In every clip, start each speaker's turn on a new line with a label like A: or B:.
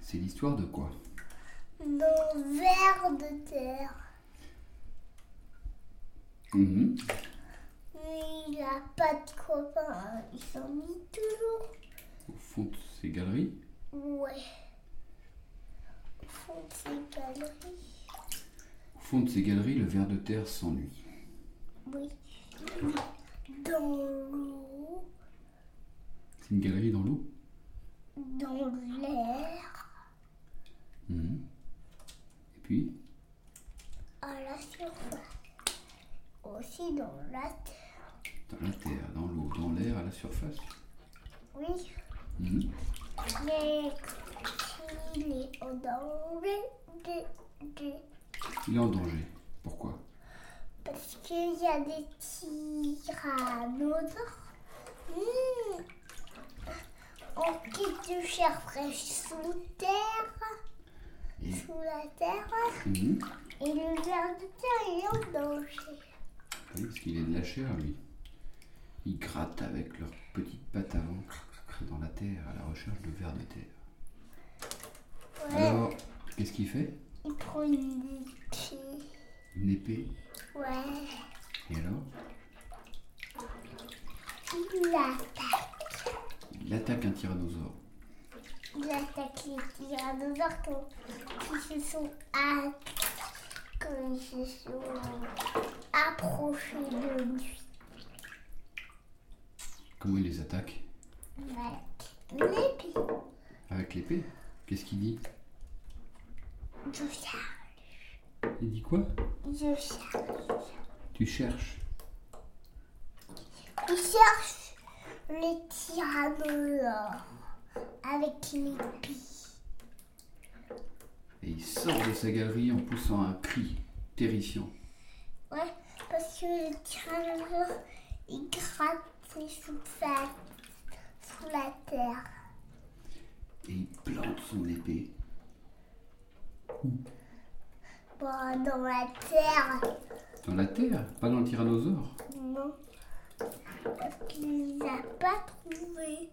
A: C'est l'histoire de quoi
B: D'un ver de terre.
A: Mhm.
B: Mais il a pas de copain. Il s'ennuie toujours.
A: Au fond de ces galeries
B: Ouais. Au fond de ses galeries.
A: Au fond de ces galeries, le ver de terre s'ennuie.
B: Oui. Dans l'eau.
A: C'est une galerie dans l'eau
B: Dans l'air.
A: Mhm. Et puis
B: À la surface. Aussi dans la terre.
A: Dans la terre, dans l'eau, dans l'air, à la surface.
B: Oui.
A: Mhm.
B: Mais il est en danger de- de-
A: Il est en danger. Pourquoi
B: parce qu'il y a des tyrannosaures. Mmh. On quitte de chair fraîche sous terre, sous la terre,
A: Mhm.
B: et le ver de terre il est en danger.
A: Ah Oui, parce qu'il est de la chair, lui. Ils grattent avec leurs petites pattes avant dans la terre à la recherche de vers de terre.
B: Ouais,
A: Alors, qu'est-ce qu'il fait
B: il prend une épée.
A: Une épée.
B: Ouais,
A: Et alors
B: il attaque.
A: Il attaque un tyrannosaure.
B: Il attaque les tyrannosaures quand- qui se sont a- quand ils se sont approchés de lui.
A: Comment il les attaque
B: Ouais. L'épée
A: Avec l'épée Qu'est-ce qu'il dit
B: Je cherche.
A: Il dit quoi
B: Je cherche.
A: Tu cherches.
B: Il cherche les tyrannosaures avec l'épée.
A: Et il sort de sa galerie en poussant un cri terrifiant.
B: Ouais, parce que les tyrannosaures, ils grattent sous, sa- sous la terre.
A: Et il plante son épée.
B: Bon, dans la terre,
A: Dans la terre, pas dans le tyrannosaure.
B: non. Parce qu'il ne a pas trouvé.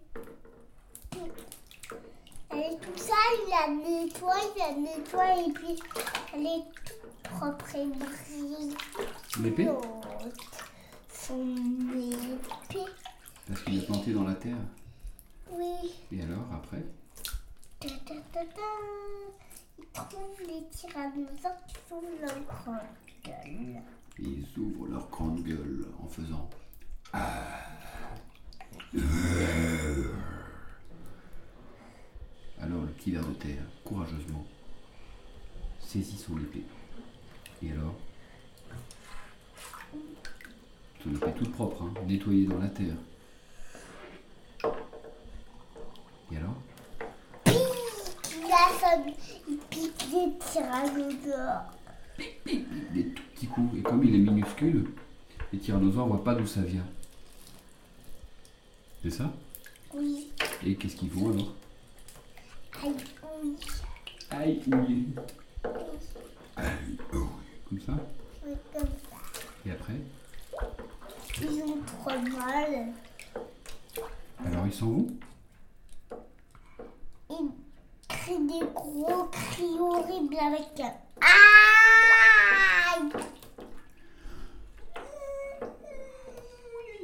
B: Elle est tout ça, il la nettoie, il la nettoie et puis elle est toute propre et brillante.
A: L'épée
B: Son épée.
A: Parce qu'il l'a planté dans la terre.
B: Oui.
A: Et alors, après
B: Ta, ta, ta, ta. Il trouve les tyrannosaures qui sont leur grande gueule.
A: Ils ouvrent leur grande gueule en faisant. Ah. Alors le petit ver de terre, courageusement, saisit son épée. Et alors Son épée toute propre, hein, nettoyée dans la terre. Et alors
B: Il assomme, il pique les tyrannosaures.
A: Des tout petits coups. Et comme il est minuscule, les tyrannosaures ne voient pas d'où ça vient. C'est ça
B: Oui,
A: Et qu'est-ce qu'ils font alors
B: aïe, oui.
A: Aïe, ouille. Comme ça
B: Oui, comme ça.
A: Et après
B: Ils ont trop mal.
A: Alors ils s'en vont
B: Ils crient des gros cris horribles avec un aïe.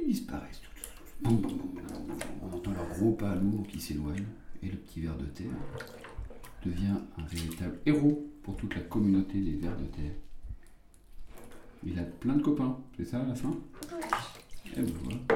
A: Ils disparaissent. Boum, boum, boum, boum, boum, boum. On entend leurs gros pas lourds qui s'éloignent. Et le petit ver de terre devient un véritable héros pour toute la communauté des vers de terre. Il a plein de copains, c'est ça à la fin Eh ben voilà.